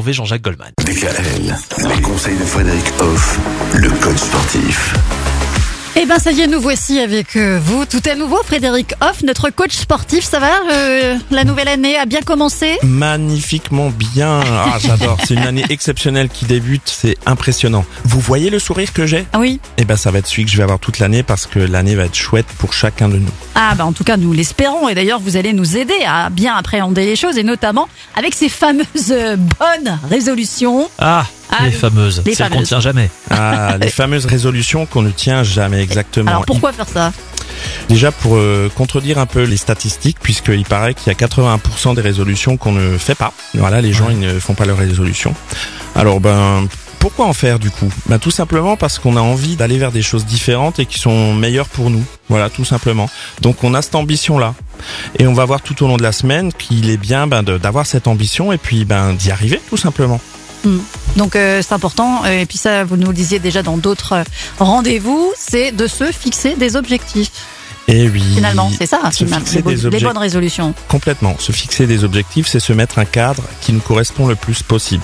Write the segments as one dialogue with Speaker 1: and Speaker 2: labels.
Speaker 1: Hervé Jean-Jacques Goldman.
Speaker 2: DKL, les conseils de Frédéric Hoff, le code sportif.
Speaker 3: Eh ben ça y est, nous voici avec euh, vous. Tout à nouveau, Frédéric Hoff, notre coach sportif. Ça va euh, La nouvelle année a bien commencé
Speaker 4: magnifiquement bien. Ah, j'adore. C'est une année exceptionnelle qui débute. C'est impressionnant. Vous voyez le sourire que j'ai
Speaker 3: Ah oui
Speaker 4: Eh ben, ça va être celui que je vais avoir toute l'année parce que l'année va être chouette pour chacun de nous.
Speaker 3: Ah ben en tout cas, nous l'espérons. Et d'ailleurs, vous allez nous aider à bien appréhender les choses et notamment avec ces fameuses euh, bonnes résolutions.
Speaker 1: Ah,
Speaker 3: Ah,
Speaker 1: les
Speaker 3: oui.
Speaker 1: fameuses.
Speaker 3: Les
Speaker 1: Celles qu'on
Speaker 3: fameuses.
Speaker 1: tient jamais.
Speaker 4: Ah, les fameuses résolutions qu'on ne tient jamais exactement.
Speaker 3: Euh, Alors pourquoi faire ça
Speaker 4: Déjà pour euh, contredire un peu les statistiques, puisqu'il paraît qu'il y a 81% des résolutions qu'on ne fait pas. Voilà, les gens ils ne font pas leurs résolutions. Alors ben pourquoi en faire du coup Ben tout simplement parce qu'on a envie d'aller vers des choses différentes et qui sont meilleures pour nous. Voilà, tout simplement. Donc on a cette ambition là. Et on va voir tout au long de la semaine qu'il est bien ben, de- d'avoir cette ambition et puis ben d'y arriver tout simplement.
Speaker 3: Donc euh, c'est important, euh, et puis ça vous nous le disiez déjà dans d'autres euh, rendez-vous, c'est de se fixer des objectifs.
Speaker 4: Et Eh oui.
Speaker 3: Finalement, c'est ça,
Speaker 4: se
Speaker 3: finalement,
Speaker 4: fixer
Speaker 3: les, bo-
Speaker 4: des
Speaker 3: les
Speaker 4: objectifs.
Speaker 3: bonnes résolutions.
Speaker 4: Complètement. Se fixer des objectifs, c'est se mettre un cadre qui nous correspond le plus possible.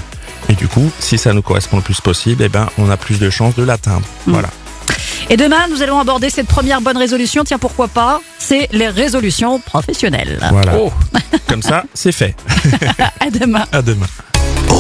Speaker 4: Et du coup, si ça nous correspond le plus possible, eh ben, on a plus de chances de l'atteindre.
Speaker 3: Mm.
Speaker 4: Voilà.
Speaker 3: Et demain, nous allons aborder cette première bonne résolution, tiens pourquoi pas, c'est les résolutions professionnelles.
Speaker 4: Voilà.
Speaker 1: Oh.
Speaker 4: Comme ça, c'est fait.
Speaker 3: À demain.
Speaker 4: À demain.